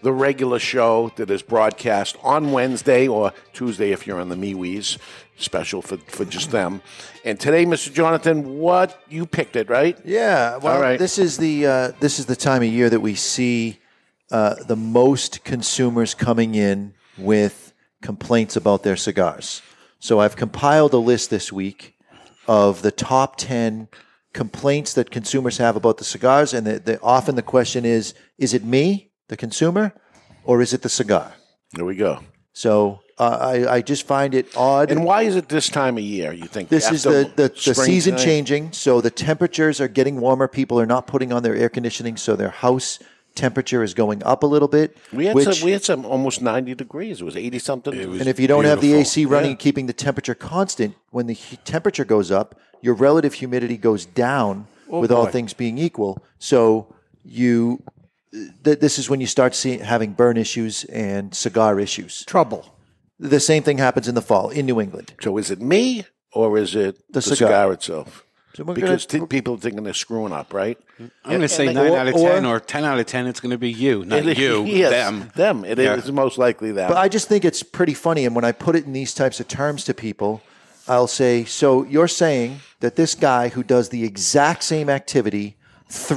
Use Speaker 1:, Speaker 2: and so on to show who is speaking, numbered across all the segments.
Speaker 1: the regular show that is broadcast on Wednesday or Tuesday if you're on the MeWe's special for, for just them. And today, Mr. Jonathan, what you picked it, right?
Speaker 2: Yeah. Well,
Speaker 1: All right.
Speaker 2: this is the uh, this is the time of year that we see uh, the most consumers coming in with complaints about their cigars. So I've compiled a list this week of the top ten complaints that consumers have about the cigars, and the, the, often the question is: Is it me, the consumer, or is it the cigar?
Speaker 1: There we go.
Speaker 2: So uh, I, I just find it odd.
Speaker 1: And why is it this time of year? You think
Speaker 2: This is
Speaker 1: after
Speaker 2: the, the, the
Speaker 1: spring
Speaker 2: season
Speaker 1: time?
Speaker 2: changing, so the temperatures are getting warmer. People are not putting on their air conditioning, so their house temperature is going up a little bit.
Speaker 1: We had,
Speaker 2: which,
Speaker 1: some, we had some almost ninety degrees. It was eighty something. It was
Speaker 2: and if you don't have the AC running,
Speaker 1: Yeah.
Speaker 2: keeping the temperature constant, when the he- temperature goes up, your relative humidity goes down.
Speaker 1: Oh,
Speaker 2: with all things being equal, so you th- this is when you start seeing having burn issues and cigar issues.
Speaker 3: trouble.
Speaker 2: The same thing happens in the fall in New England.
Speaker 1: So is it me or is it the, cigar.
Speaker 2: cigar.
Speaker 1: itself?
Speaker 2: So we're
Speaker 1: Because
Speaker 2: gonna-
Speaker 1: t- people are thinking they're screwing up, right? I'm
Speaker 3: I'm going to say nine out of ten or ten out of ten. It's going to be you, not you, them.
Speaker 1: Them. It is
Speaker 3: Yeah.
Speaker 1: most likely them.
Speaker 2: But I just think it's pretty funny. And when I put it in these types of terms to people, I'll say, so you're saying that this guy who does the exact same activity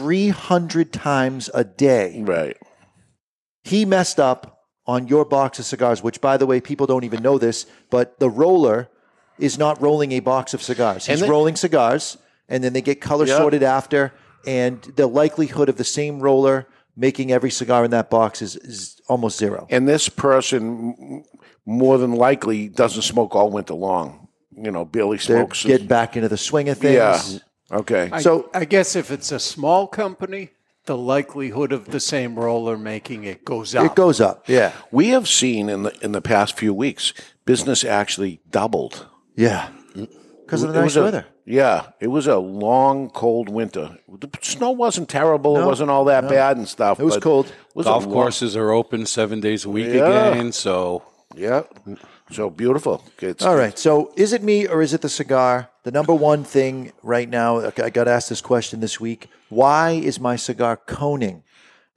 Speaker 2: 300 times a day,
Speaker 1: right.
Speaker 2: he messed up on your box of cigars, which, by the way, people don't even know this, but the roller is not rolling a box of cigars. He's
Speaker 1: And the-
Speaker 2: rolling cigars, and then they get color
Speaker 1: Yeah.
Speaker 2: sorted after. And the likelihood of the same roller making every cigar in that box is, is almost zero.
Speaker 1: And this person, m- more than likely, doesn't smoke all winter long. You know, barely
Speaker 2: They're
Speaker 1: smokes.
Speaker 2: getting back into the swing of things.
Speaker 1: yeah. Okay.
Speaker 4: I,
Speaker 2: So-
Speaker 4: I guess if it's a small company, the likelihood of the same roller making it goes up.
Speaker 2: It goes up. Yeah.
Speaker 1: we have seen in the in the past few weeks, business actually doubled.
Speaker 2: Yeah. Because of the
Speaker 1: It
Speaker 2: nice
Speaker 1: was a-
Speaker 2: weather.
Speaker 1: Yeah, it was a long, cold winter. The snow wasn't terrible. it wasn't all that bad and stuff.
Speaker 2: It was
Speaker 1: but
Speaker 2: cold.
Speaker 1: it was a
Speaker 3: Golf
Speaker 1: long-
Speaker 3: courses are open seven days a week
Speaker 1: Yeah.
Speaker 3: again. So
Speaker 1: Yeah. So beautiful. It's,
Speaker 2: All right. So is it me or is it the cigar? The number one thing right now, I got asked this question this week why is my cigar coning?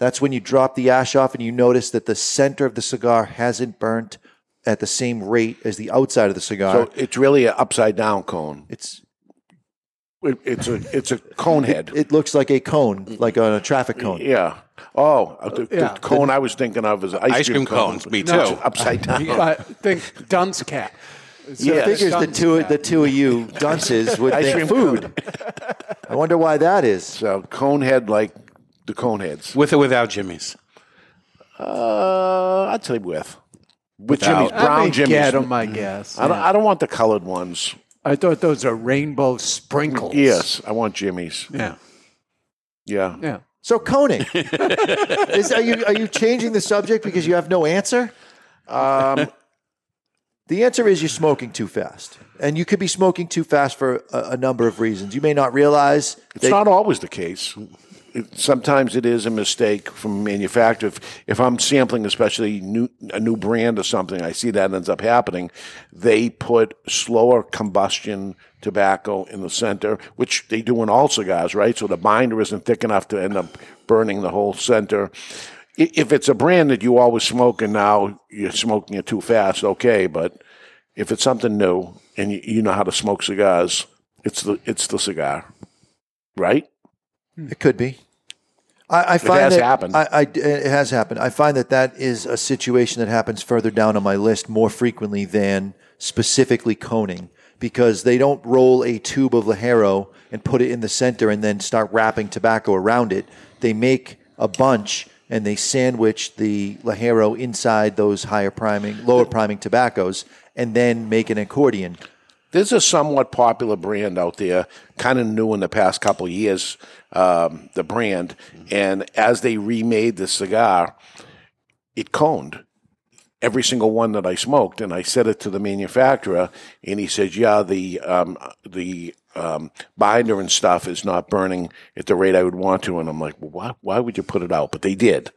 Speaker 2: That's when you drop the ash off and you notice that the center of the cigar hasn't burnt at the same rate as the outside of the cigar.
Speaker 1: So it's really an upside down cone.
Speaker 2: it's
Speaker 1: It, it's a it's a cone head.
Speaker 2: it looks like a cone, like on a traffic cone.
Speaker 1: yeah. Oh, the, the
Speaker 4: Yeah.
Speaker 1: cone I was thinking of is ice,
Speaker 3: ice cream
Speaker 1: cone.
Speaker 3: cones, me
Speaker 1: No, it's
Speaker 3: too.
Speaker 1: Upside down.
Speaker 4: But think dunce cap.
Speaker 1: Yeah.
Speaker 2: Figures the two the two of you dunces would
Speaker 1: Ice
Speaker 2: think
Speaker 1: cream
Speaker 2: food. I wonder why that is.
Speaker 1: So cone head like the cone heads.
Speaker 3: with or without Jimmy's,
Speaker 1: Uh, I'd say with with Jimmy's
Speaker 3: Without.
Speaker 1: brown Jimmy's.
Speaker 4: Get them, I
Speaker 2: Mm-hmm.
Speaker 4: guess.
Speaker 1: I don't, I don't want the colored ones.
Speaker 4: I thought those are rainbow sprinkles.
Speaker 1: Yes, I want Jimmy's.
Speaker 4: Yeah.
Speaker 1: Yeah.
Speaker 4: Yeah.
Speaker 2: So coning. is, are you are you changing the subject because you have no answer?
Speaker 1: Um,
Speaker 2: The answer is you're smoking too fast, and you could be smoking too fast for a, a number of reasons. You may not realize
Speaker 1: it's not always the case. It, sometimes it is a mistake from manufacturer. If, if I'm sampling, especially new, a new brand or something, I see that ends up happening. They put slower combustion tobacco in the center, which they do in all cigars, right? So the binder isn't thick enough to end up burning the whole center. I- If it's a brand that you always smoke and now you're smoking it too fast, okay, but if it's something new and you, you know how to smoke cigars, it's the it's the cigar. right?
Speaker 2: It could be. I, I find
Speaker 1: has
Speaker 2: that-
Speaker 1: happened.
Speaker 2: I, I- it has happened. I find that that is a situation that happens further down on my list more frequently than specifically coning because they don't roll a tube of Lajero and put it in the center and then start wrapping tobacco around it. They make a bunch and they sandwich the Lajero inside those higher priming, lower priming tobaccos and then make an accordion.
Speaker 1: There's a somewhat popular brand out there, kind of new in the past couple of years, um, the brand. And as they remade the cigar, it coned every single one that I smoked. And I said it to the manufacturer, and he said, Yeah, the, um, the um, binder and stuff is not burning at the rate I would want to. And I'm like, well, why, why would you put it out? But they did.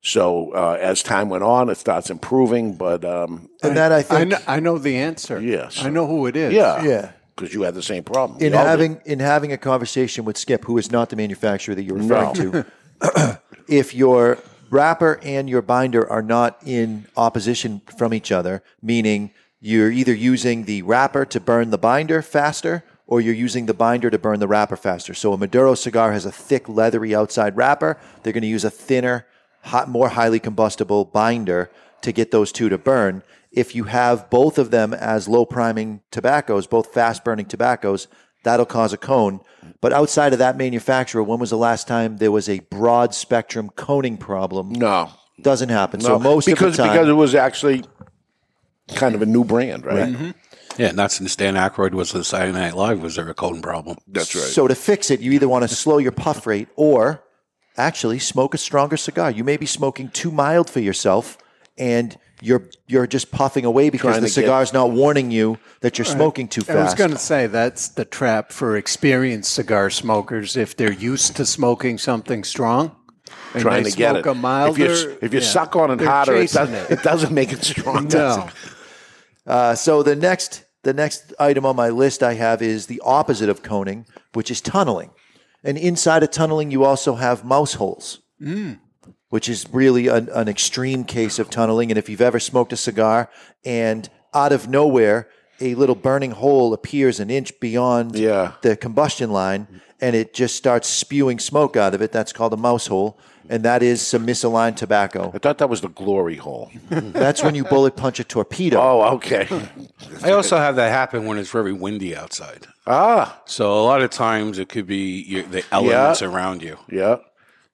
Speaker 1: So uh, as time went on, it starts improving. But um,
Speaker 2: And that I think
Speaker 4: I know, I know the answer.
Speaker 1: Yes.
Speaker 4: I know who it is.
Speaker 1: yeah.
Speaker 2: Yeah.
Speaker 1: Because you had the same problem.
Speaker 2: in
Speaker 1: We all did.
Speaker 2: having in having a conversation with Skip, who is not the manufacturer that you're referring to, if your wrapper and your binder are not in opposition from each other, meaning you're either using the wrapper to burn the binder faster or you're using the binder to burn the wrapper faster. So a Maduro cigar has a thick leathery outside wrapper. They're going to use a thinner, hot, more highly combustible binder to get those two to burn. If you have both of them as low priming tobaccos, both fast burning tobaccos, that'll cause a cone. But outside of that manufacturer, when was the last time there was a broad spectrum coning problem?
Speaker 1: No.
Speaker 2: Doesn't happen. so
Speaker 1: no.
Speaker 2: most of
Speaker 1: because,
Speaker 2: the time,
Speaker 1: Because it was actually kind of a new brand, right?
Speaker 3: Yeah, not since Dan Aykroyd was the Saturday Night Live was there a coding problem.
Speaker 1: That's right.
Speaker 2: So to fix it, you either want to slow your puff rate or actually smoke a stronger cigar. You may be smoking too mild for yourself and you're you're just puffing away because
Speaker 1: Trying
Speaker 2: the
Speaker 1: to get-
Speaker 2: cigar's not warning you that you're smoking too
Speaker 4: I was
Speaker 2: fast.
Speaker 4: going to say that's the trap for experienced cigar smokers if they're used to smoking something strong. And
Speaker 1: Trying
Speaker 4: they
Speaker 1: to get
Speaker 4: smoke
Speaker 1: it.
Speaker 4: A milder,
Speaker 1: if you if you
Speaker 4: yeah,
Speaker 1: suck on it
Speaker 4: they're
Speaker 1: harder, it
Speaker 4: chasing
Speaker 1: doesn't, it. doesn't make it stronger.
Speaker 4: No.
Speaker 2: Uh, so the next the next item on my list I have is the opposite of coning, which is tunneling. And inside of tunneling, you also have mouse holes, which is really an, an extreme case of tunneling. And if you've ever smoked a cigar and out of nowhere a little burning hole appears an inch beyond
Speaker 1: Yeah.
Speaker 2: the combustion line and it just starts spewing smoke out of it, that's called a mouse hole. And that is some misaligned tobacco.
Speaker 1: I thought that was the glory hole.
Speaker 2: That's when you bullet punch a torpedo.
Speaker 1: oh, okay.
Speaker 3: I also have that happen when it's very windy outside.
Speaker 1: ah,
Speaker 3: So a lot of times it could be your, the elements around you.
Speaker 1: yeah.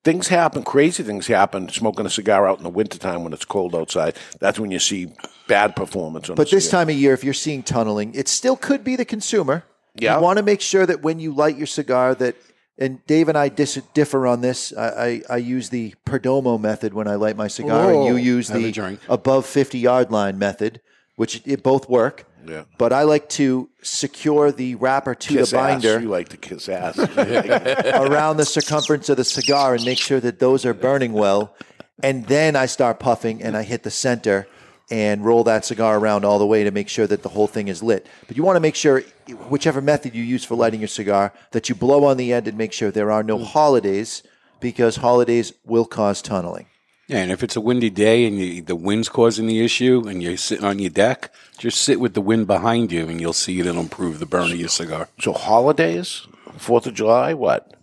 Speaker 1: Things happen, crazy things happen smoking a cigar out in the wintertime when it's cold outside. That's when you see bad performance on
Speaker 2: But
Speaker 1: the
Speaker 2: this
Speaker 1: cigar.
Speaker 2: time of year, if you're seeing tunneling, it still could be the consumer.
Speaker 1: Yeah.
Speaker 2: You want to make sure that when you light your cigar, that and Dave and I dis- differ on this. I, I, I use the Perdomo method when I light my cigar, and
Speaker 1: Oh.
Speaker 2: you
Speaker 4: Whoa.
Speaker 2: use
Speaker 3: Have a
Speaker 2: the
Speaker 3: drink.
Speaker 2: above 50 yard line method, which it, both work.
Speaker 1: Yeah.
Speaker 2: But I like to secure the wrapper to
Speaker 1: Kiss
Speaker 2: the
Speaker 1: ass.
Speaker 2: binder
Speaker 1: You like to kiss ass. yeah.
Speaker 2: around the circumference of the cigar and make sure that those are burning well. And then I start puffing and I hit the center and roll that cigar around all the way to make sure that the whole thing is lit. But you want to make sure, whichever method you use for lighting your cigar, that you blow on the end and make sure there are no holidays because holidays will cause tunneling.
Speaker 3: Yeah, and if it's a windy day and you, the wind's causing the issue and you're sitting on your deck, just sit with the wind behind you and you'll see it'll improve the burn of your cigar.
Speaker 1: So holidays, Fourth of July, what?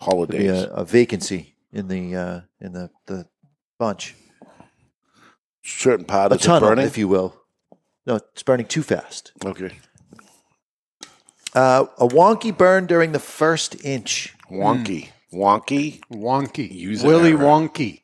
Speaker 1: Holidays.
Speaker 2: Be a, a vacancy in the uh, in the, the bunch,
Speaker 1: Certain part
Speaker 2: a
Speaker 1: is
Speaker 2: tunnel,
Speaker 1: burning.
Speaker 2: if you will. No, it's burning too fast.
Speaker 1: okay.
Speaker 2: Uh, a wonky burn during the first inch.
Speaker 1: Wonky. Wonky.
Speaker 4: wonky.
Speaker 3: Use it
Speaker 4: Willy
Speaker 3: ever.
Speaker 4: Wonky.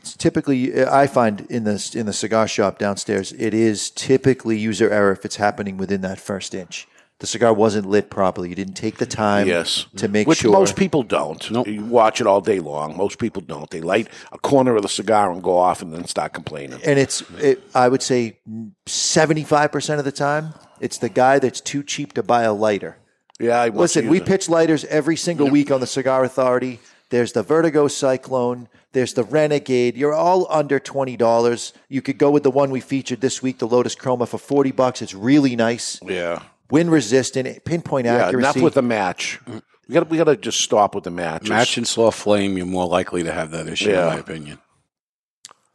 Speaker 2: It's typically uh, I find in the in the cigar shop downstairs, it is typically user error if it's happening within that first inch. The cigar wasn't lit properly. You didn't take the time
Speaker 1: Yes.
Speaker 2: to make
Speaker 1: Which
Speaker 2: sure.
Speaker 1: most people don't. You watch it all day long. Most people don't. They light a corner of the cigar and go off and then start complaining.
Speaker 2: and it's it, I would say seventy five percent of the time, it's the guy that's too cheap to buy a lighter.
Speaker 1: Yeah, I want
Speaker 2: Listen,
Speaker 1: to
Speaker 2: we
Speaker 1: use it.
Speaker 2: pitch lighters every single week on the Cigar Authority. There's the Vertigo Cyclone. There's the Renegade. You're all under twenty dollars. You could go with the one we featured this week, the Lotus Chroma, for forty bucks. It's really nice.
Speaker 1: Yeah.
Speaker 2: wind resistant, pinpoint
Speaker 1: Yeah,
Speaker 2: accuracy. Mm.
Speaker 1: enough with the match. We got we got to just stop with the match.
Speaker 3: Match and slow flame, you're more likely to have that issue,
Speaker 1: Yeah.
Speaker 3: in my opinion.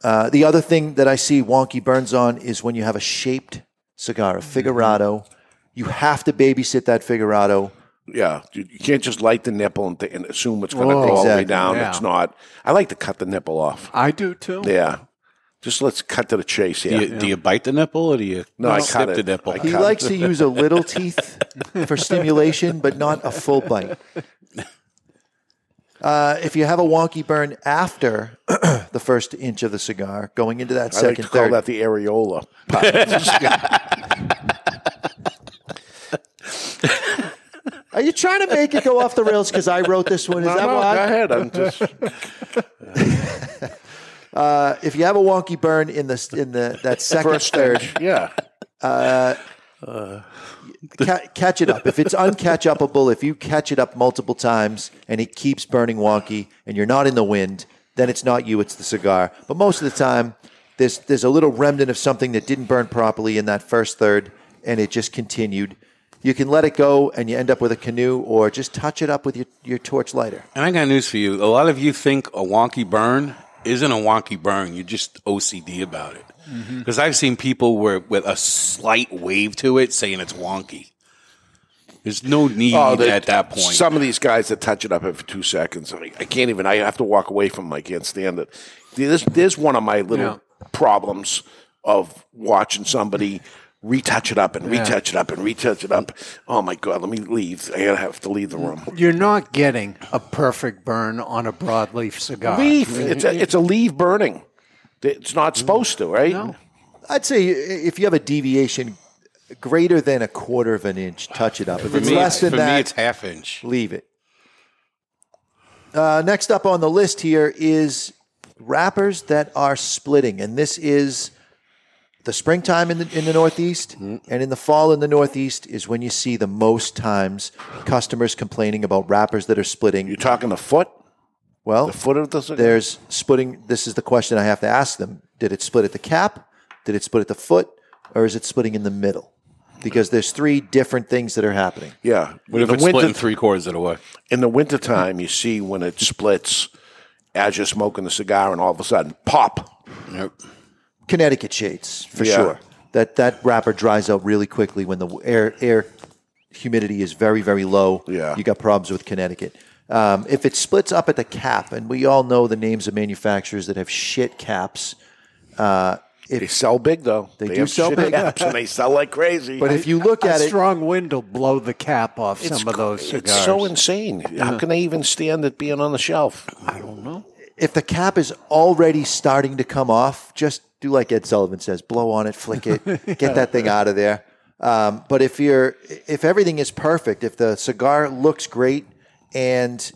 Speaker 2: uh, the other thing that I see wonky burns on is when you
Speaker 1: Mm-hmm.
Speaker 2: have a shaped cigar, a figurado. You have to babysit that figurado
Speaker 1: Yeah, you you can't just light the nipple and, th- and assume it's going to go all the way
Speaker 2: Oh, Exactly,
Speaker 1: down.
Speaker 4: yeah.
Speaker 1: It's not. I like to cut the nipple off.
Speaker 4: I do too.
Speaker 1: Yeah, just let's cut to the chase
Speaker 3: Do
Speaker 1: here.
Speaker 3: you, do you bite the nipple or do you
Speaker 1: No, I cut
Speaker 3: snip the
Speaker 1: it.
Speaker 3: nipple?
Speaker 1: I
Speaker 2: He
Speaker 1: cut it.
Speaker 2: likes to use a little teeth for stimulation, but not a full bite. Uh, if you have a wonky burn after the first inch of the cigar, going into that
Speaker 1: I like
Speaker 2: second,
Speaker 1: to call
Speaker 2: third,
Speaker 1: that the areola.
Speaker 2: are you trying to make it go off the rails? Because I wrote this one. Is
Speaker 1: No,
Speaker 2: that
Speaker 1: no,
Speaker 2: why?
Speaker 1: go ahead. I'm just
Speaker 2: If you have a wonky burn in the in the that second,
Speaker 1: first
Speaker 2: third,
Speaker 1: stage. Yeah,
Speaker 2: ca- catch it up. If it's uncatch upable, if you catch it up multiple times and it keeps burning wonky and you're not in the wind, then it's not you, it's the cigar. But most of the time, there's there's a little remnant of something that didn't burn properly in that first third and it just continued. You can let it go and you end up with a canoe or just touch it up with your, your torch lighter.
Speaker 3: And I got news for you. A lot of you think a wonky burn isn't a wonky burn. You're just OCD about it.
Speaker 1: Mm-hmm.
Speaker 3: Because I've seen people where with a slight wave to it saying it's wonky. There's no need
Speaker 1: the-
Speaker 3: at that point.
Speaker 1: Oh, Some of these guys that touch it up every two seconds, I, mean, I can't even. I have to walk away from. Them. I can't stand it. There's, there's one of my little problems of watching somebody retouch it up and retouch it up and retouch it up. Oh my god, let me leave. I gotta have to leave the room.
Speaker 4: You're not getting a perfect burn on a broadleaf cigar.
Speaker 1: Leaf. Ah, It's a, it's a leaf burning. It's
Speaker 3: Mm.
Speaker 1: not supposed to, right?
Speaker 2: I'd say if you have a deviation greater than a quarter of an inch, touch it up. If
Speaker 3: for
Speaker 2: it's
Speaker 3: me,
Speaker 2: less than
Speaker 3: for
Speaker 2: that,
Speaker 3: me, it's half inch.
Speaker 2: leave it. Uh, next up on the list here is rappers that are splitting, and this is the springtime in the in the Northeast and in the fall in the Northeast is when you see the most times customers complaining about rappers that are splitting.
Speaker 1: You're talking the foot,
Speaker 2: Well,
Speaker 1: the foot of the cigar?
Speaker 2: there's splitting. This is the question I have to ask them: Did it split at the cap? Did it split at the foot, or is it splitting in the middle? Because there's three different things that are happening.
Speaker 1: Yeah.
Speaker 3: What if
Speaker 1: The
Speaker 3: it's
Speaker 1: winter-
Speaker 3: split in three quarters of the way?
Speaker 1: in the wintertime, you see when it splits as you're smoking the cigar, and all of a sudden, pop.
Speaker 3: Yep.
Speaker 2: Connecticut shades for
Speaker 1: Yeah.
Speaker 2: sure. That that wrapper dries out really quickly when the air air humidity is very very low.
Speaker 1: Yeah.
Speaker 2: you got problems with Connecticut. Um, if it splits up at the cap, and we all know the names of manufacturers that have shit caps.
Speaker 1: They sell big though. They,
Speaker 2: do
Speaker 1: have
Speaker 2: sell
Speaker 1: shit
Speaker 2: big.
Speaker 1: caps, and they sell like crazy.
Speaker 2: But if you look
Speaker 4: a
Speaker 2: at it,
Speaker 4: strong wind will blow the cap off some of those cigars.
Speaker 1: it's so insane. How can they even stand it being on the shelf?
Speaker 2: if the cap is already starting to come off, just do like Ed Sullivan says: blow on it, flick it, get that thing out of there. Um, but if you're, if everything is perfect, if the cigar looks great and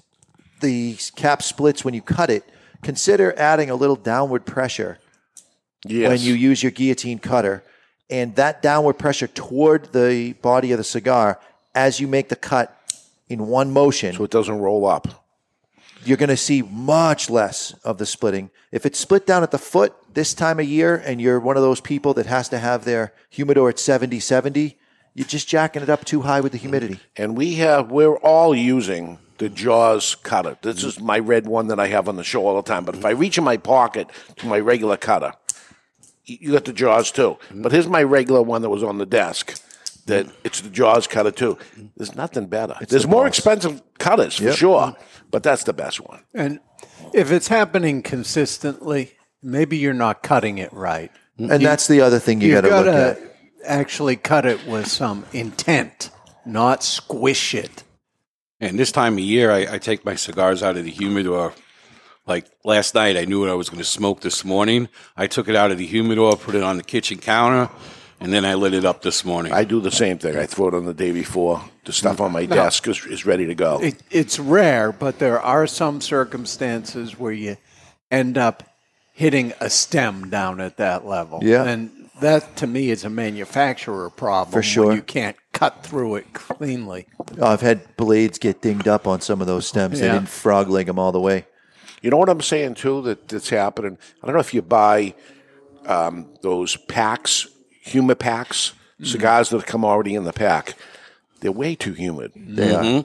Speaker 2: the cap splits when you cut it, consider adding a little downward pressure
Speaker 1: Yes.
Speaker 2: when you use your guillotine cutter, and that downward pressure toward the body of the cigar as you make the cut in one motion
Speaker 1: so it doesn't roll up.
Speaker 2: you're going to see much less of the splitting. If it's split down at the foot this time of year and you're one of those people that has to have their humidor at 70 70, you're just jacking it up too high with the humidity.
Speaker 1: And we have we're all using the Jaws cutter. This is my red one that I have on the show all the time. But if I reach in my pocket to my regular cutter, y- you got the Jaws too.
Speaker 2: Mm-hmm.
Speaker 1: But here's my regular one that was on the desk. That it's the Jaws cutter too. There's nothing better.
Speaker 2: Mm.
Speaker 1: There's
Speaker 2: the Mm.
Speaker 1: more
Speaker 2: boss.
Speaker 1: expensive cutters for sure, but that's the best one.
Speaker 4: And if it's happening consistently, maybe you're not cutting it right.
Speaker 1: Mm-hmm.
Speaker 2: And that's the other thing you got
Speaker 4: You've
Speaker 2: to
Speaker 4: got
Speaker 2: look at.
Speaker 4: to actually cut it with some intent, not squish it.
Speaker 3: And this time of year, I, I take my cigars out of the humidor. Like last night, I knew what I was going to smoke this morning. I took it out of the humidor, put it on the kitchen counter, and then I lit it up this morning.
Speaker 1: I do the same thing. I throw it on the day before. The stuff on my desk is, is ready to go.
Speaker 4: it. It's rare, but there are some circumstances where you end up hitting a stem down at that level.
Speaker 2: Yeah.
Speaker 4: And that to me is a manufacturer problem. For
Speaker 2: sure.
Speaker 4: you can't cut through it cleanly.
Speaker 2: Oh, I've had blades get dinged up on some of those stems. They
Speaker 4: Yeah.
Speaker 2: didn't frog leg them all the way.
Speaker 1: You know what I'm saying too that that's happening. I don't know if you buy um, those packs, humid packs, cigars that come already in the pack. They're way too humid.
Speaker 2: They are.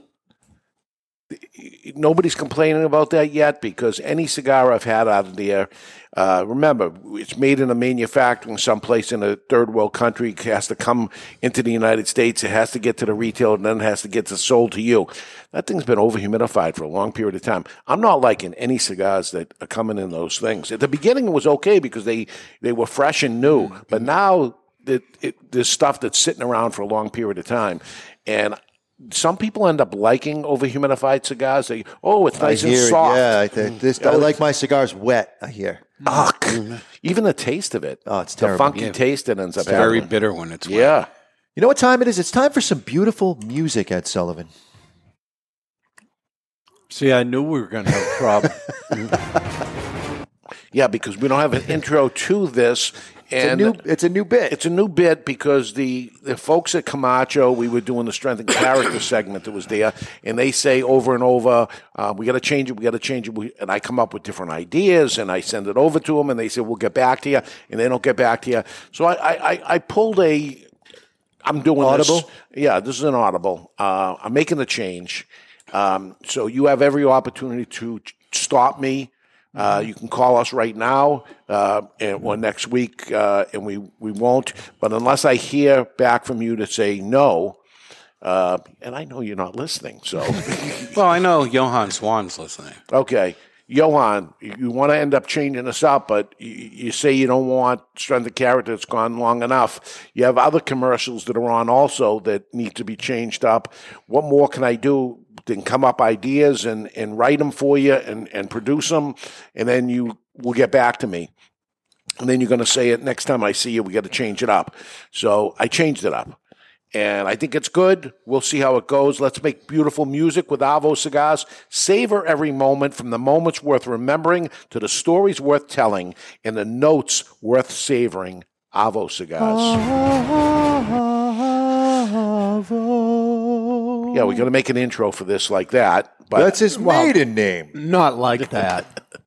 Speaker 1: nobody's complaining about that yet because any cigar I've had out of there, uh, remember, it's made in a manufacturing someplace in a third world country, it has to come into the United States, it has to get to the retailer, and then it has to get to sold to you. That thing's been over humidified for a long period of time. I'm not liking any cigars that are coming in those things. At the beginning, it was okay because they, they were fresh and new, but now that it, there's stuff that's sitting around for a long period of time. And some people end up liking over humidified cigars. They, oh, it's nice
Speaker 2: I hear
Speaker 1: and
Speaker 2: it.
Speaker 1: soft. Mm.
Speaker 2: Yeah, I, think this, I like my cigars wet. I hear.
Speaker 1: Ugh. Even the taste of it.
Speaker 2: Mm-hmm. Oh, it's
Speaker 1: the
Speaker 2: terrible.
Speaker 1: funky taste that ends up
Speaker 3: It's very
Speaker 1: happening.
Speaker 3: bitter when it's wet.
Speaker 1: Yeah.
Speaker 2: You know what time it is? It's time for some beautiful music, Ed Sullivan.
Speaker 4: See, I knew we were going to have a problem.
Speaker 2: Mm-hmm.
Speaker 1: Yeah, because we don't have an intro to this.
Speaker 2: It's a
Speaker 1: And
Speaker 2: new, it's a new bit.
Speaker 1: it's a new bit because the, the folks at Camacho, we were doing the strength and character segment that was there, and they say over and over, uh, we got to change it, we got to change it. We, and I come up with different ideas and I send it over to them, and they say, we'll get back to you, and they don't get back to you. So I, I, I- I pulled a. I'm doing This,
Speaker 2: Audible?
Speaker 1: yeah, this is an audible. Uh, I'm making the change. Um, so you have every opportunity to ch- stop me. Uh, you can call us right now uh, and, or next week, uh, and we, we won't. But unless I hear back from you to say no, uh, and I know you're not listening, so
Speaker 3: Well, I know Johann Swan's listening.
Speaker 1: okay. Johan, you- you want to end up changing this up, but you, you say you don't want strength of character. It's gone long enough. You have other commercials that are on also that need to be changed up. What more can I do than come up ideas and, and write them for you and, and produce them, and then you will get back to me. And then you're going to say it next time I see you. We got to change it up. So I changed it up. And I think it's good. We'll see how it goes. Let's make beautiful music with Avo cigars. Savor every moment from the moments worth remembering to the stories worth telling and the notes worth savoring. Avo cigars. Yeah, we got to make an intro for this like that. But
Speaker 2: That's his maiden name.
Speaker 4: Not like that. Uh,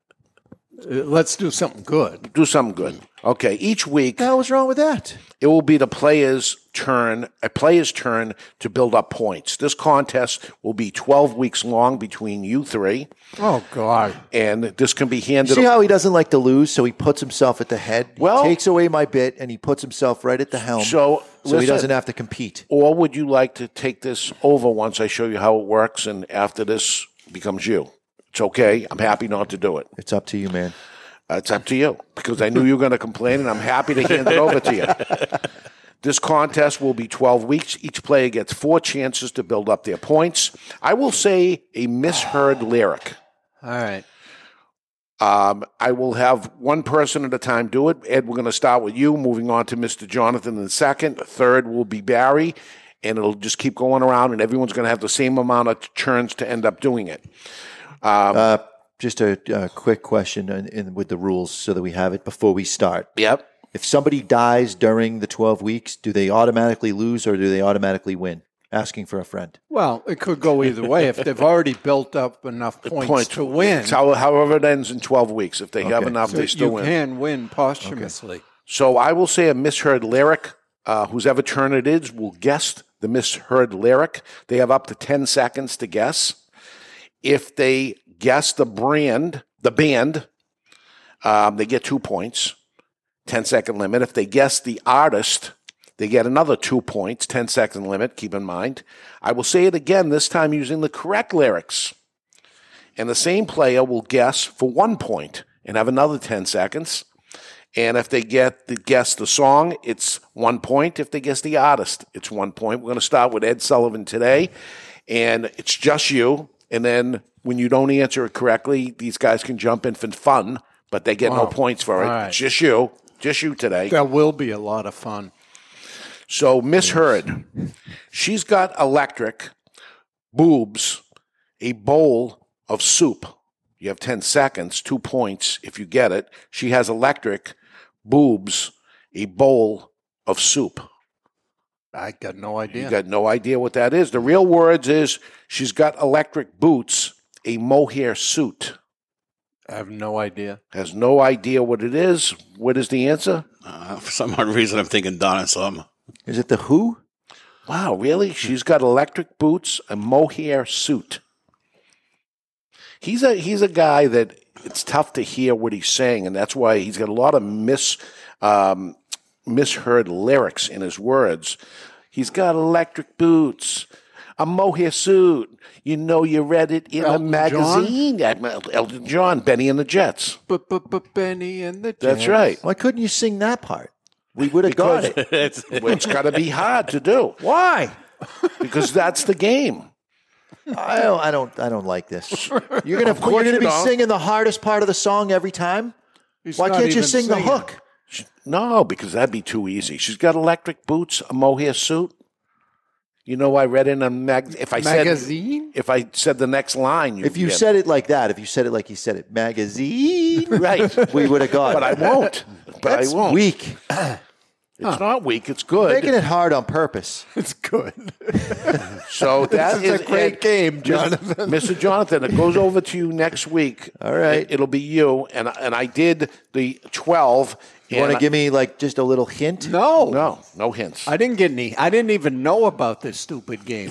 Speaker 4: Let's do something good.
Speaker 1: do something good. Okay, each week.
Speaker 2: What the hell was wrong with that?
Speaker 1: it will be the player's turn, a player's turn to build up points. This contest will be 12 weeks long between you three,
Speaker 4: Oh, God.
Speaker 1: and this can be handed.
Speaker 2: See how he doesn't like to lose, so he puts himself at the head. He
Speaker 1: Well-
Speaker 2: takes away my bit, and he puts himself right at the helm.
Speaker 1: So,
Speaker 2: so he
Speaker 1: listen.
Speaker 2: doesn't have to compete.
Speaker 1: or would you like to take this over once I show you how it works, and after this becomes you? It's okay. I'm happy not to do it.
Speaker 2: It's up to you, man.
Speaker 1: Uh, It's up to you because I knew you were going to complain, and I'm happy to hand it over to you. This contest will be 12 weeks. Each player gets four chances to build up their points. I will say a misheard lyric.
Speaker 4: All right.
Speaker 1: Um, I will have one person at a time do it. Ed, we're going to start with you, moving on to Mr. Jonathan in second. Third will be Barry, and it'll just keep going around, and everyone's going to have the same amount of turns to end up doing it.
Speaker 2: Just a, uh quick question in, in, with the rules, so that we have it before we start.
Speaker 1: Yep.
Speaker 2: If somebody dies during the twelve weeks, do they automatically lose or do they automatically win? Asking for a friend.
Speaker 4: Well, it could go either way. If they've already built up enough points, to win,
Speaker 1: It's how, however, it ends in 12 weeks. If they have
Speaker 2: Okay.
Speaker 1: enough, they still
Speaker 4: you
Speaker 1: win.
Speaker 4: can win posthumously.
Speaker 1: So I will say a misheard lyric. Uh, whose ever turn it is will guess the misheard lyric. They have up to 10 seconds to guess. If they guess the brand, the band, um, they get two points, 10 second limit. If they guess the artist, they get another two points, 10 second limit, keep in mind. I will say it again, this time using the correct lyrics. And the same player will guess for one point and have another 10 seconds. And if they get the guess the song, it's one point. If they guess the artist, it's one point. We're going to start with Ed Sullivan today, and it's just you. And then when you don't answer it correctly, these guys can jump in for fun, but they get no points for it.
Speaker 4: right.
Speaker 1: It's just you, just you today.
Speaker 4: That will be a lot of fun.
Speaker 1: So Miss Heard, she's got electric, boobs, a bowl of soup. You have ten seconds, two points if you get it. She has electric, boobs, a bowl of soup.
Speaker 4: I got no idea.
Speaker 1: You got no idea what that is. The real words is she's got electric boots, a mohair suit.
Speaker 4: I have no idea.
Speaker 1: Has no idea what it is. What is the answer?
Speaker 3: Uh, for some odd reason, I'm thinking Donna Summer.
Speaker 2: Is it the who? Hmm.
Speaker 1: Wow, really? She's got electric boots, a mohair suit. he's a he's a guy that it's tough to hear what he's saying, and that's why he's got a lot of mis um, misheard lyrics in his words. He's got electric boots, a mohair suit. You know, you read it in a
Speaker 4: Elton
Speaker 1: magazine. Elton John, Benny and the Jets.
Speaker 4: Benny and the
Speaker 1: That's
Speaker 4: Jets.
Speaker 1: right.
Speaker 2: Why couldn't you sing that part? We would have got it.
Speaker 3: It's-
Speaker 1: It's got to be hard to do
Speaker 2: Why?
Speaker 1: because that's the game.
Speaker 2: I don't, I don't. I don't like this. You're gonna.
Speaker 1: course
Speaker 2: You're gonna
Speaker 1: you
Speaker 2: be
Speaker 1: don't.
Speaker 2: singing the hardest part of the song every time.
Speaker 4: He's
Speaker 2: Why
Speaker 4: not
Speaker 2: can't you
Speaker 4: even
Speaker 2: sing the
Speaker 4: singing.
Speaker 2: hook?
Speaker 1: No, because that'd be too easy. She's got electric boots, a mohair suit. You know, I read in a mag. If I
Speaker 4: Magazine?
Speaker 1: said if I said the next line,
Speaker 2: If you
Speaker 1: get-
Speaker 2: said it like that, if you said it like he said it, magazine,
Speaker 1: right,
Speaker 2: we would have got
Speaker 1: but I
Speaker 2: it.
Speaker 1: won't. But
Speaker 2: That's
Speaker 1: I won't.
Speaker 2: weak.
Speaker 1: It's not weak. It's good.
Speaker 2: Making it hard on purpose.
Speaker 4: It's good.
Speaker 1: so that
Speaker 4: It's
Speaker 1: is
Speaker 4: a great
Speaker 1: it.
Speaker 4: game, Jonathan.
Speaker 1: Mr. Jonathan, it goes over to you next week.
Speaker 2: All right.
Speaker 1: It, will be you and and I did the twelve.
Speaker 2: You want to
Speaker 1: and I-
Speaker 2: give me like just a little hint?
Speaker 4: No.
Speaker 1: no no hints.
Speaker 4: I didn't get any. I didn't even know about this stupid game.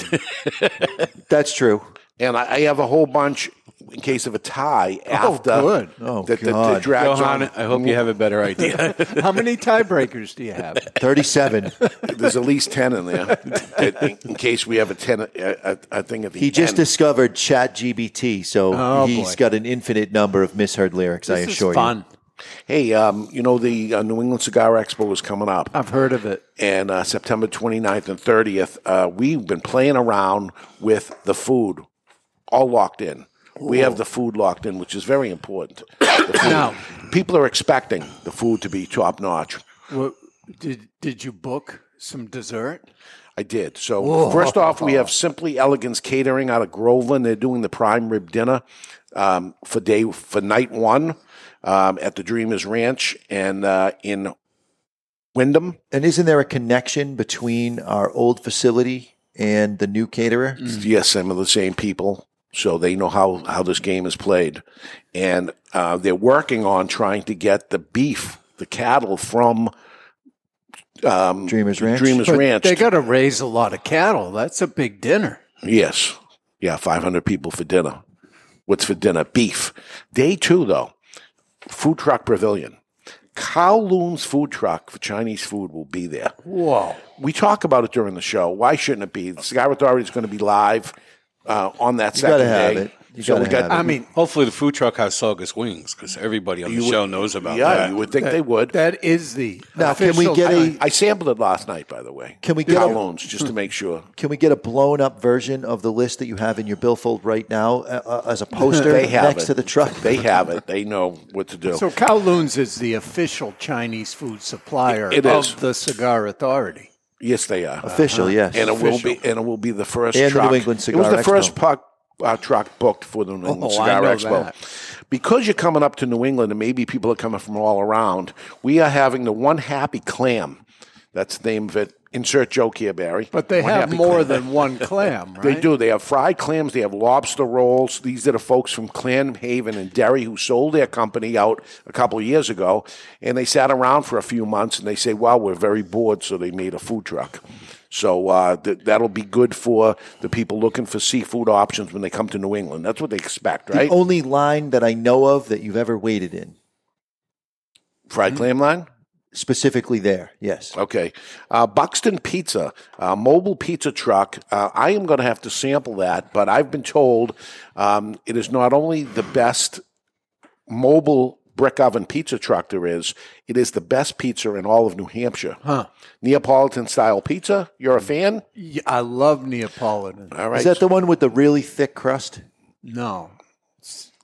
Speaker 2: That's true.
Speaker 1: and I, I have a whole bunch in case of a tie after
Speaker 4: good.
Speaker 2: Oh,
Speaker 1: that, that- that
Speaker 2: God.
Speaker 1: drags
Speaker 3: Johan,
Speaker 1: on.
Speaker 3: I hope you have a better idea.
Speaker 4: How many tiebreakers do you have?
Speaker 2: Thirty-seven.
Speaker 1: There's at least ten in there, that- in, in case we have a ten a, a, a thing at the
Speaker 2: He just
Speaker 1: end.
Speaker 2: discovered Chat GBT, so
Speaker 4: Oh,
Speaker 2: he's
Speaker 4: boy.
Speaker 2: got an infinite number of misheard lyrics. I
Speaker 4: This is
Speaker 2: assure you.
Speaker 4: fun.
Speaker 1: hey, um, you know the uh, New England Cigar Expo is coming up,
Speaker 4: I've heard of it.
Speaker 1: and uh, September 29th and 30th, uh, we've been playing around with the food, all locked in. We have the food locked in, which is very important. The food.
Speaker 4: Now-
Speaker 1: people are expecting the food to be top notch.
Speaker 4: What, did Did you book some dessert?
Speaker 1: I did. So first off, we have Simply Elegance Catering out of Groveland. They're doing the prime rib dinner um, for day for night one um, at the Dreamers Ranch and uh, in Wyndham.
Speaker 2: And isn't there a connection between our old facility and the new caterer?
Speaker 1: Yes, some of the same people, so they know how how this game is played, and uh, they're working on trying to get the beef, the cattle from um,
Speaker 2: Dreamers Ranch.
Speaker 1: Dreamers
Speaker 4: But
Speaker 1: Ranch.
Speaker 4: They got to raise a lot of cattle. That's a big dinner.
Speaker 1: Yes. Yeah, 500 people for dinner. What's for dinner? Beef. Day two, though, food truck pavilion. Kowloon's food truck for Chinese food will be there.
Speaker 4: Whoa!
Speaker 1: We talk about it during the show. Why shouldn't it be? The Cigar Authority is going to be live uh, on that second
Speaker 2: gotta have
Speaker 1: day.
Speaker 2: it. You
Speaker 1: so
Speaker 2: gotta
Speaker 1: we got,
Speaker 2: have
Speaker 4: I mean,
Speaker 3: Hopefully, the food truck has saugus wings because everybody on the show knows about
Speaker 1: yeah,
Speaker 3: that.
Speaker 1: you would think they would.
Speaker 4: that is the
Speaker 2: Now, can we
Speaker 4: official
Speaker 2: get
Speaker 4: time.
Speaker 2: a
Speaker 1: I sampled it last night, by the way.
Speaker 2: Can we get a-
Speaker 1: Kowloon's just to make sure?
Speaker 2: can we get a blown up version of the list that you have in your billfold right now uh, uh, as a poster
Speaker 1: They have
Speaker 2: next
Speaker 1: it.
Speaker 2: to the truck?
Speaker 1: They have it. They know what to do.
Speaker 4: So Kowloon's is the official Chinese food supplier
Speaker 1: It- it
Speaker 4: of
Speaker 1: is.
Speaker 4: the Cigar Authority.
Speaker 1: yes, they are.
Speaker 2: Official, yes.
Speaker 1: and it will be and it will be the first
Speaker 2: And the
Speaker 1: truck.
Speaker 2: New England
Speaker 1: it was
Speaker 2: Cigar
Speaker 1: the first
Speaker 2: Expo.
Speaker 1: puck, uh, truck booked for the New England
Speaker 4: Oh, I
Speaker 1: Cigar
Speaker 4: know
Speaker 1: Expo.
Speaker 4: that.
Speaker 1: Because you're coming up to New England, and maybe people are coming from all around. We are having the one happy clam. That's the name of it. Insert joke here, Barry.
Speaker 4: But they
Speaker 1: One
Speaker 4: have
Speaker 1: Happy
Speaker 4: more
Speaker 1: Clam.
Speaker 4: than one clam, right?
Speaker 1: They do. They have fried clams. They have lobster rolls. These are the folks from Clan Haven and Derry who sold their company out a couple of years ago, and they sat around for a few months and they say, "Wow, we're very bored," so they made a food truck. So uh, th- that'll be good for the people looking for seafood options when they come to New England. That's what they expect,
Speaker 2: The
Speaker 1: right?
Speaker 2: only line that I know of that you've ever waited in,
Speaker 1: fried clam line.
Speaker 2: specifically there. Yes.
Speaker 1: Okay. Uh, Buxton Pizza, uh, mobile pizza truck. Uh, I am going to have to sample that, but I've been told um, it is not only the best mobile brick oven pizza truck there is, it is the best pizza in all of New Hampshire.
Speaker 4: Huh. Mm.
Speaker 1: Neapolitan style pizza. You're a fan?
Speaker 4: Yeah, I love Neapolitan.
Speaker 1: All right.
Speaker 2: Is that the one with the really thick crust?
Speaker 4: No,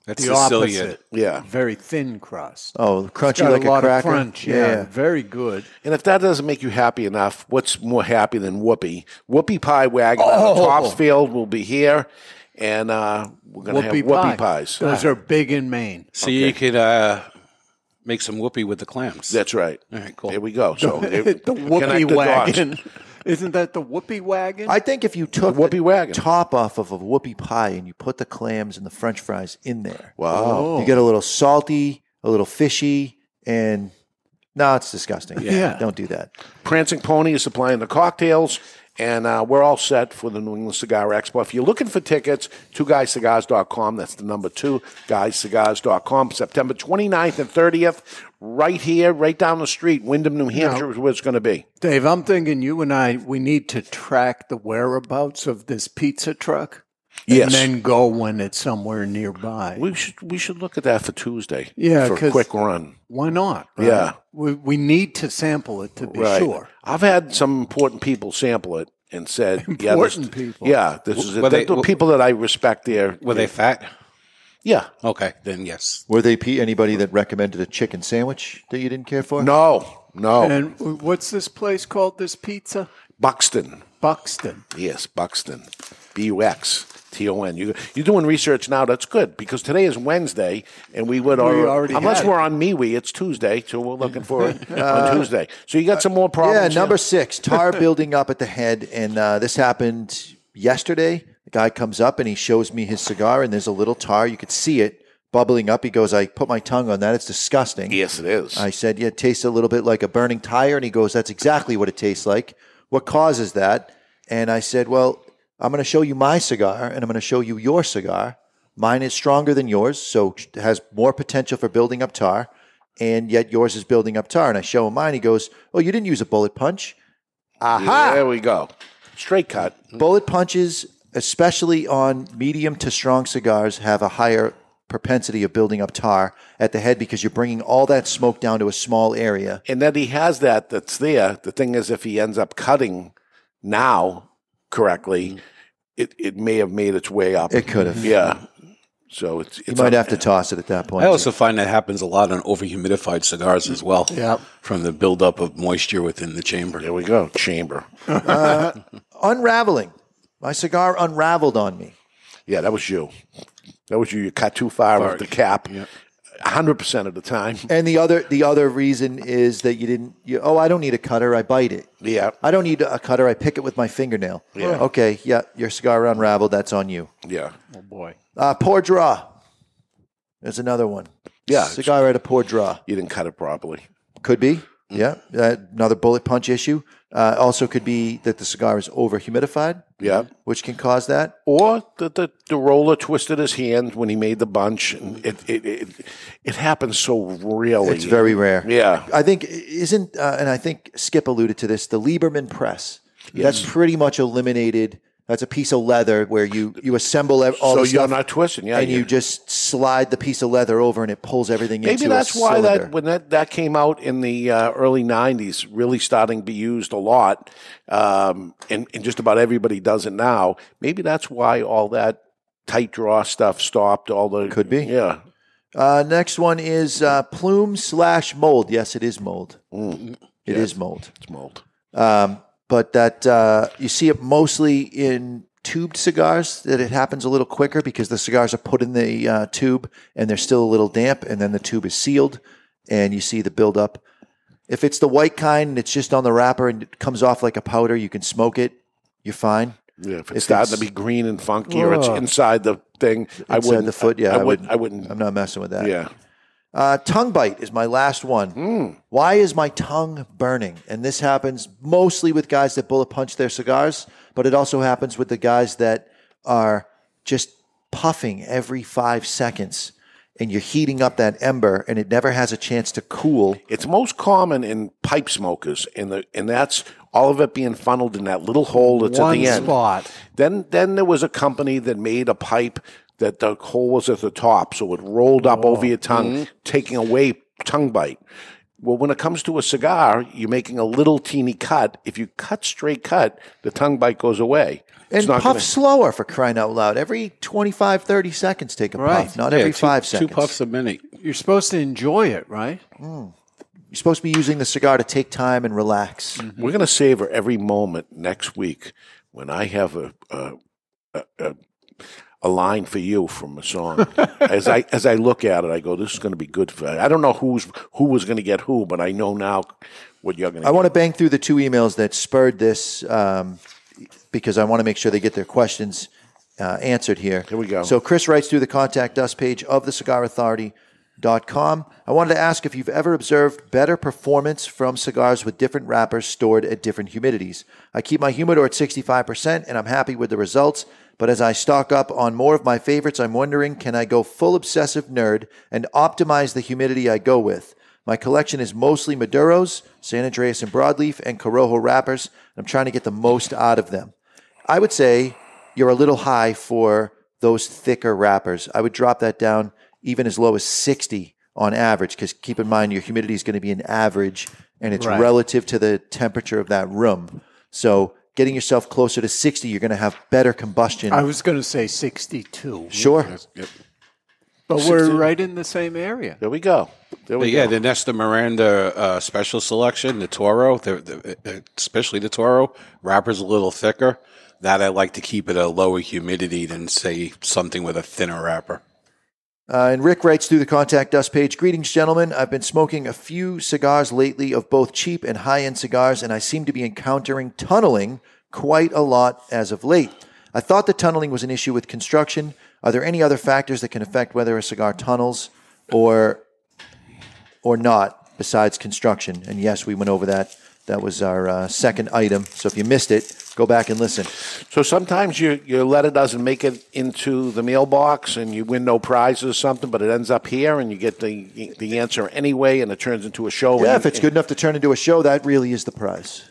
Speaker 3: That's
Speaker 4: the
Speaker 3: Sicilian.
Speaker 4: opposite.
Speaker 1: yeah.
Speaker 4: Very thin crust.
Speaker 2: Oh,
Speaker 4: Got
Speaker 2: crunchy
Speaker 4: a
Speaker 2: like
Speaker 4: lot
Speaker 2: cracker.
Speaker 4: of crunch. Yeah, very good.
Speaker 1: And if that doesn't make you happy enough, what's more happy than Whoopie? Whoopie Pie Wagon on the
Speaker 4: Oh.
Speaker 1: Topsfield will be here, and uh, we're going to have
Speaker 4: Whoopie,
Speaker 1: Whoopie
Speaker 4: pie.
Speaker 1: Pies.
Speaker 4: Those are big in Maine.
Speaker 3: So you could uh, make some whoopee with the clams.
Speaker 1: That's right.
Speaker 3: All right, cool.
Speaker 1: There we go. So it-
Speaker 4: the whoopee
Speaker 1: connect the dots.
Speaker 4: wagon. Isn't that the whoopee wagon?
Speaker 2: I think if you took
Speaker 1: Whoopie
Speaker 2: the
Speaker 1: wagon.
Speaker 2: top off of a whoopie pie and you put the clams and the French fries in there,
Speaker 1: Wow.
Speaker 2: you get a little salty, a little fishy, and no, it's disgusting.
Speaker 4: Yeah.
Speaker 2: don't do that.
Speaker 1: Prancing Pony is supplying the cocktails, And uh, we're all set for the New England Cigar Expo. If you're looking for tickets, two twoguyscigars.com. That's the number two, guyscigars.com. September 29th and 30th, right here, right down the street, Wyndham, New Hampshire is where it's going to be.
Speaker 4: Dave, I'm thinking you and I, we need to track the whereabouts of this pizza truck.
Speaker 1: Yes.
Speaker 4: And then go when it's somewhere nearby.
Speaker 1: We should we should look at that for Tuesday.
Speaker 4: Yeah,
Speaker 1: for a
Speaker 4: 'cause-
Speaker 1: quick run.
Speaker 4: Why not? right?
Speaker 1: Yeah.
Speaker 4: We, we need to sample it to be sure.
Speaker 1: I've had some important people sample it and said, yeah, this-
Speaker 4: Important people.
Speaker 1: Yeah, this is it.
Speaker 3: Were they-
Speaker 1: the
Speaker 3: were-
Speaker 1: people that I respect there.
Speaker 3: Were they fat?
Speaker 1: Yeah.
Speaker 3: Okay, then yes.
Speaker 2: Were they Pete, anybody that recommended a chicken sandwich that you didn't care for?
Speaker 1: No, no.
Speaker 4: And w- what's this place called, this pizza?
Speaker 1: Buxton.
Speaker 4: Buxton.
Speaker 1: Yes, Buxton. B U X T O N. You you're doing research now. That's good because today is Wednesday, and we would al-
Speaker 4: already
Speaker 1: unless
Speaker 4: had.
Speaker 1: we're on MeWe, it's Tuesday, so we're looking for it on Tuesday. So you got some more problems.
Speaker 2: Yeah,
Speaker 1: here?
Speaker 2: number six, tar building up at the head, and uh, this happened yesterday. The guy comes up and he shows me his cigar, and there's a little tar. You could see it bubbling up. He goes, "I put my tongue on that. It's disgusting."
Speaker 1: Yes, it is.
Speaker 2: I said, "Yeah, it tastes a little bit like a burning tire," and he goes, "That's exactly what it tastes like. What causes that?" And I said, "Well, I'm going to show you my cigar, and I'm going to show you your cigar. Mine is stronger than yours, so it has more potential for building up tar, and yet yours is building up tar." And I show him mine. He goes, "Oh, you didn't use a bullet punch.
Speaker 1: Aha! There we go. Straight cut.
Speaker 2: Bullet punches, especially on medium to strong cigars, have a higher." Propensity of building up tar at the head because you're bringing all that smoke down to a small area.
Speaker 1: and that he has that that's there. The thing is, if he ends up cutting now correctly, it, it may have made its way up.
Speaker 2: Mm-hmm. It could have.
Speaker 1: yeah. So it's, it's
Speaker 2: You might have
Speaker 1: up-
Speaker 2: to toss it at that point.
Speaker 3: I also find that happens a lot on overhumidified cigars as well.
Speaker 4: Yeah.
Speaker 3: From the buildup of moisture within the chamber.
Speaker 1: There we go. Chamber.
Speaker 2: unraveling. My cigar unraveled on me.
Speaker 1: Yeah, that was you. That was you. You cut too far off the cap. Hundred percent of the time.
Speaker 2: And the other the other reason is that you didn't. You, oh, I don't need a cutter. I bite it.
Speaker 1: Yeah.
Speaker 2: I don't need a cutter. I pick it with my fingernail. Yeah. Okay. Yeah. Your cigar unraveled. That's on you.
Speaker 1: Yeah.
Speaker 4: Oh, boy.
Speaker 2: Uh, poor draw. There's another one.
Speaker 1: Yeah.
Speaker 2: Cigar at a poor draw.
Speaker 1: You didn't cut it properly.
Speaker 2: Could be. Yeah. Uh, another bullet punch issue. Uh, also could be that the cigar is over humidified.
Speaker 1: Yeah.
Speaker 2: Which can cause that.
Speaker 1: Or the, the, the roller twisted his hand when he made the bunch. And it it, it, it happens so rarely.
Speaker 2: It's very rare.
Speaker 1: Yeah.
Speaker 2: I think isn't, uh, and I think Skip alluded to this. The Lieberman press. That's pretty much eliminated. That's a piece of leather where you you assemble ev- all
Speaker 1: so
Speaker 2: the
Speaker 1: you're
Speaker 2: stuff
Speaker 1: not twisting. Yeah.
Speaker 2: and you
Speaker 1: you-
Speaker 2: just slide the piece of leather over and it pulls everything
Speaker 1: Maybe
Speaker 2: into
Speaker 1: that's
Speaker 2: a
Speaker 1: why
Speaker 2: cylinder.
Speaker 1: that when that, that came out in the uh, early '90s, really starting to be used a lot, um, and, and just about everybody does it now. Maybe that's why all that tight draw stuff stopped. All the
Speaker 2: Could be.
Speaker 1: yeah,
Speaker 2: Uh, next one is uh, plume slash mold. Yes, it is mold.
Speaker 1: Mm.
Speaker 2: It is mold.
Speaker 1: it's mold.
Speaker 2: Um, but that uh, you see it mostly in tubed cigars that it happens a little quicker because the cigars are put in the uh, tube and they're still a little damp, and then the tube is sealed, and you see the buildup. If it's the white kind and it's just on the wrapper and it comes off like a powder, you can smoke it. You're fine.
Speaker 1: Yeah, if it's
Speaker 2: If
Speaker 1: starting
Speaker 2: it's-
Speaker 1: to be green and funky, or it's inside the thing, I
Speaker 2: Inside
Speaker 1: wouldn't.
Speaker 2: the foot, yeah,
Speaker 1: I,
Speaker 2: I
Speaker 1: wouldn't. I
Speaker 2: wouldn't-
Speaker 1: wouldn't.
Speaker 2: I'm not messing with that.
Speaker 1: yeah,
Speaker 2: Uh, tongue bite is my last one.
Speaker 3: Mm.
Speaker 2: Why is my tongue burning? And this happens mostly with guys that bullet punch their cigars, but it also happens with the guys that are just puffing every five seconds. And you're heating up that ember, and it never has a chance to cool.
Speaker 1: it's most common in pipe smokers, and the and that's all of it being funneled in that little hole that's at
Speaker 4: One
Speaker 1: the end.
Speaker 4: spot.
Speaker 1: Then then there was a company that made a pipe that the hole was at the top, so it rolled up over your tongue, taking away tongue bite. Well, when it comes to a cigar, you're making a little teeny cut. If you cut straight cut, the tongue bite goes away.
Speaker 2: And puff
Speaker 1: gonna-
Speaker 2: slower for crying out loud. Every 25, 30 seconds, take a puff,
Speaker 4: Right.
Speaker 2: not
Speaker 3: Yeah,
Speaker 2: every
Speaker 3: two-
Speaker 2: five seconds.
Speaker 3: Two puffs a minute.
Speaker 4: You're supposed to enjoy it, right?
Speaker 2: You're supposed to be using the cigar to take time and relax.
Speaker 3: Mm-hmm.
Speaker 1: We're going to savor every moment next week when I have a a, a, a, a line for you from a song. as I as I look at it, I go, "This is going to be good for." I don't know who's who was going to get who, but I know now what you're going
Speaker 2: I
Speaker 1: to.
Speaker 2: want to bang through the two emails that spurred this um, because I want to make sure they get their questions uh, answered here. Here
Speaker 1: we go.
Speaker 2: So Chris writes through the contact us page of the Cigar Authority. cigars.com. I wanted to ask if you've ever observed better performance from cigars with different wrappers stored at different humidities. I keep my humidor at 65% and I'm happy with the results, but as I stock up on more of my favorites, I'm wondering can I go full obsessive nerd and optimize the humidity I go with? My collection is mostly Maduros, San Andreas and Broadleaf, and Corojo wrappers. I'm trying to get the most out of them. I would say you're a little high for those thicker wrappers. I would drop that down even as low as 60 on average, because keep in mind your humidity is going to be an average and it's relative to the temperature of that room. So getting yourself closer to 60, you're going to have better combustion.
Speaker 4: I was going to say 62.
Speaker 2: sure.
Speaker 4: But we're right in the same area.
Speaker 1: There we go. There
Speaker 3: But
Speaker 1: we
Speaker 3: yeah,
Speaker 1: go.
Speaker 3: the Nesta Miranda uh, special selection, the Toro, the, the, uh, especially the Toro, wrapper's a little thicker. That I like to keep at a lower humidity than, say, something with a thinner wrapper.
Speaker 2: Uh, and Rick writes through the contact us page Greetings, gentlemen. I've been smoking a few cigars lately of both cheap and high end cigars, and I seem to be encountering tunneling quite a lot as of late. I thought the tunneling was an issue with construction. Are there any other factors that can affect whether a cigar tunnels or or not besides construction? And yes, we went over that. That was our uh, second item. So if you missed it, go back and listen.
Speaker 1: So sometimes your your letter doesn't make it into the mailbox, and you win no prizes or something, but it ends up here, and you get the the answer anyway, and it turns into a show.
Speaker 2: Yeah,
Speaker 1: and,
Speaker 2: if it's good enough to turn into a show, that really is the prize.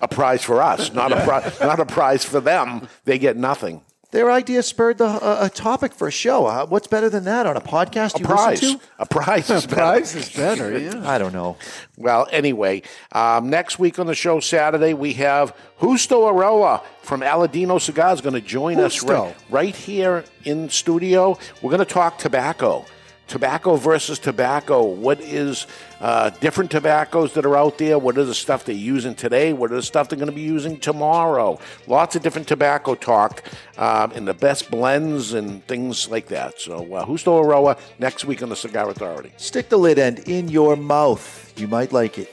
Speaker 1: a prize for us, not a prize, not a prize for them. They get nothing.
Speaker 2: Their idea spurred the, uh, a topic for a show. Uh, what's better than that on a podcast
Speaker 1: A
Speaker 2: you
Speaker 1: prize,
Speaker 2: listen to?
Speaker 1: a prize, is better.
Speaker 4: Price is better, yeah.
Speaker 2: I don't know.
Speaker 1: Well, anyway, um, next week on the show, Saturday, we have Justo Aroa from Aladino Cigars going to join us
Speaker 4: Justo.
Speaker 1: right, right here in studio. We're going to talk tobacco. Tobacco versus tobacco. What is uh, different tobaccos that are out there? What are the stuff they're using today? What are the stuff they're going to be using tomorrow? Lots of different tobacco talk um, and the best blends and things like that. So, uh, Justo Aroa next week on the Cigar Authority.
Speaker 2: Stick the lid end in your mouth. You might like it.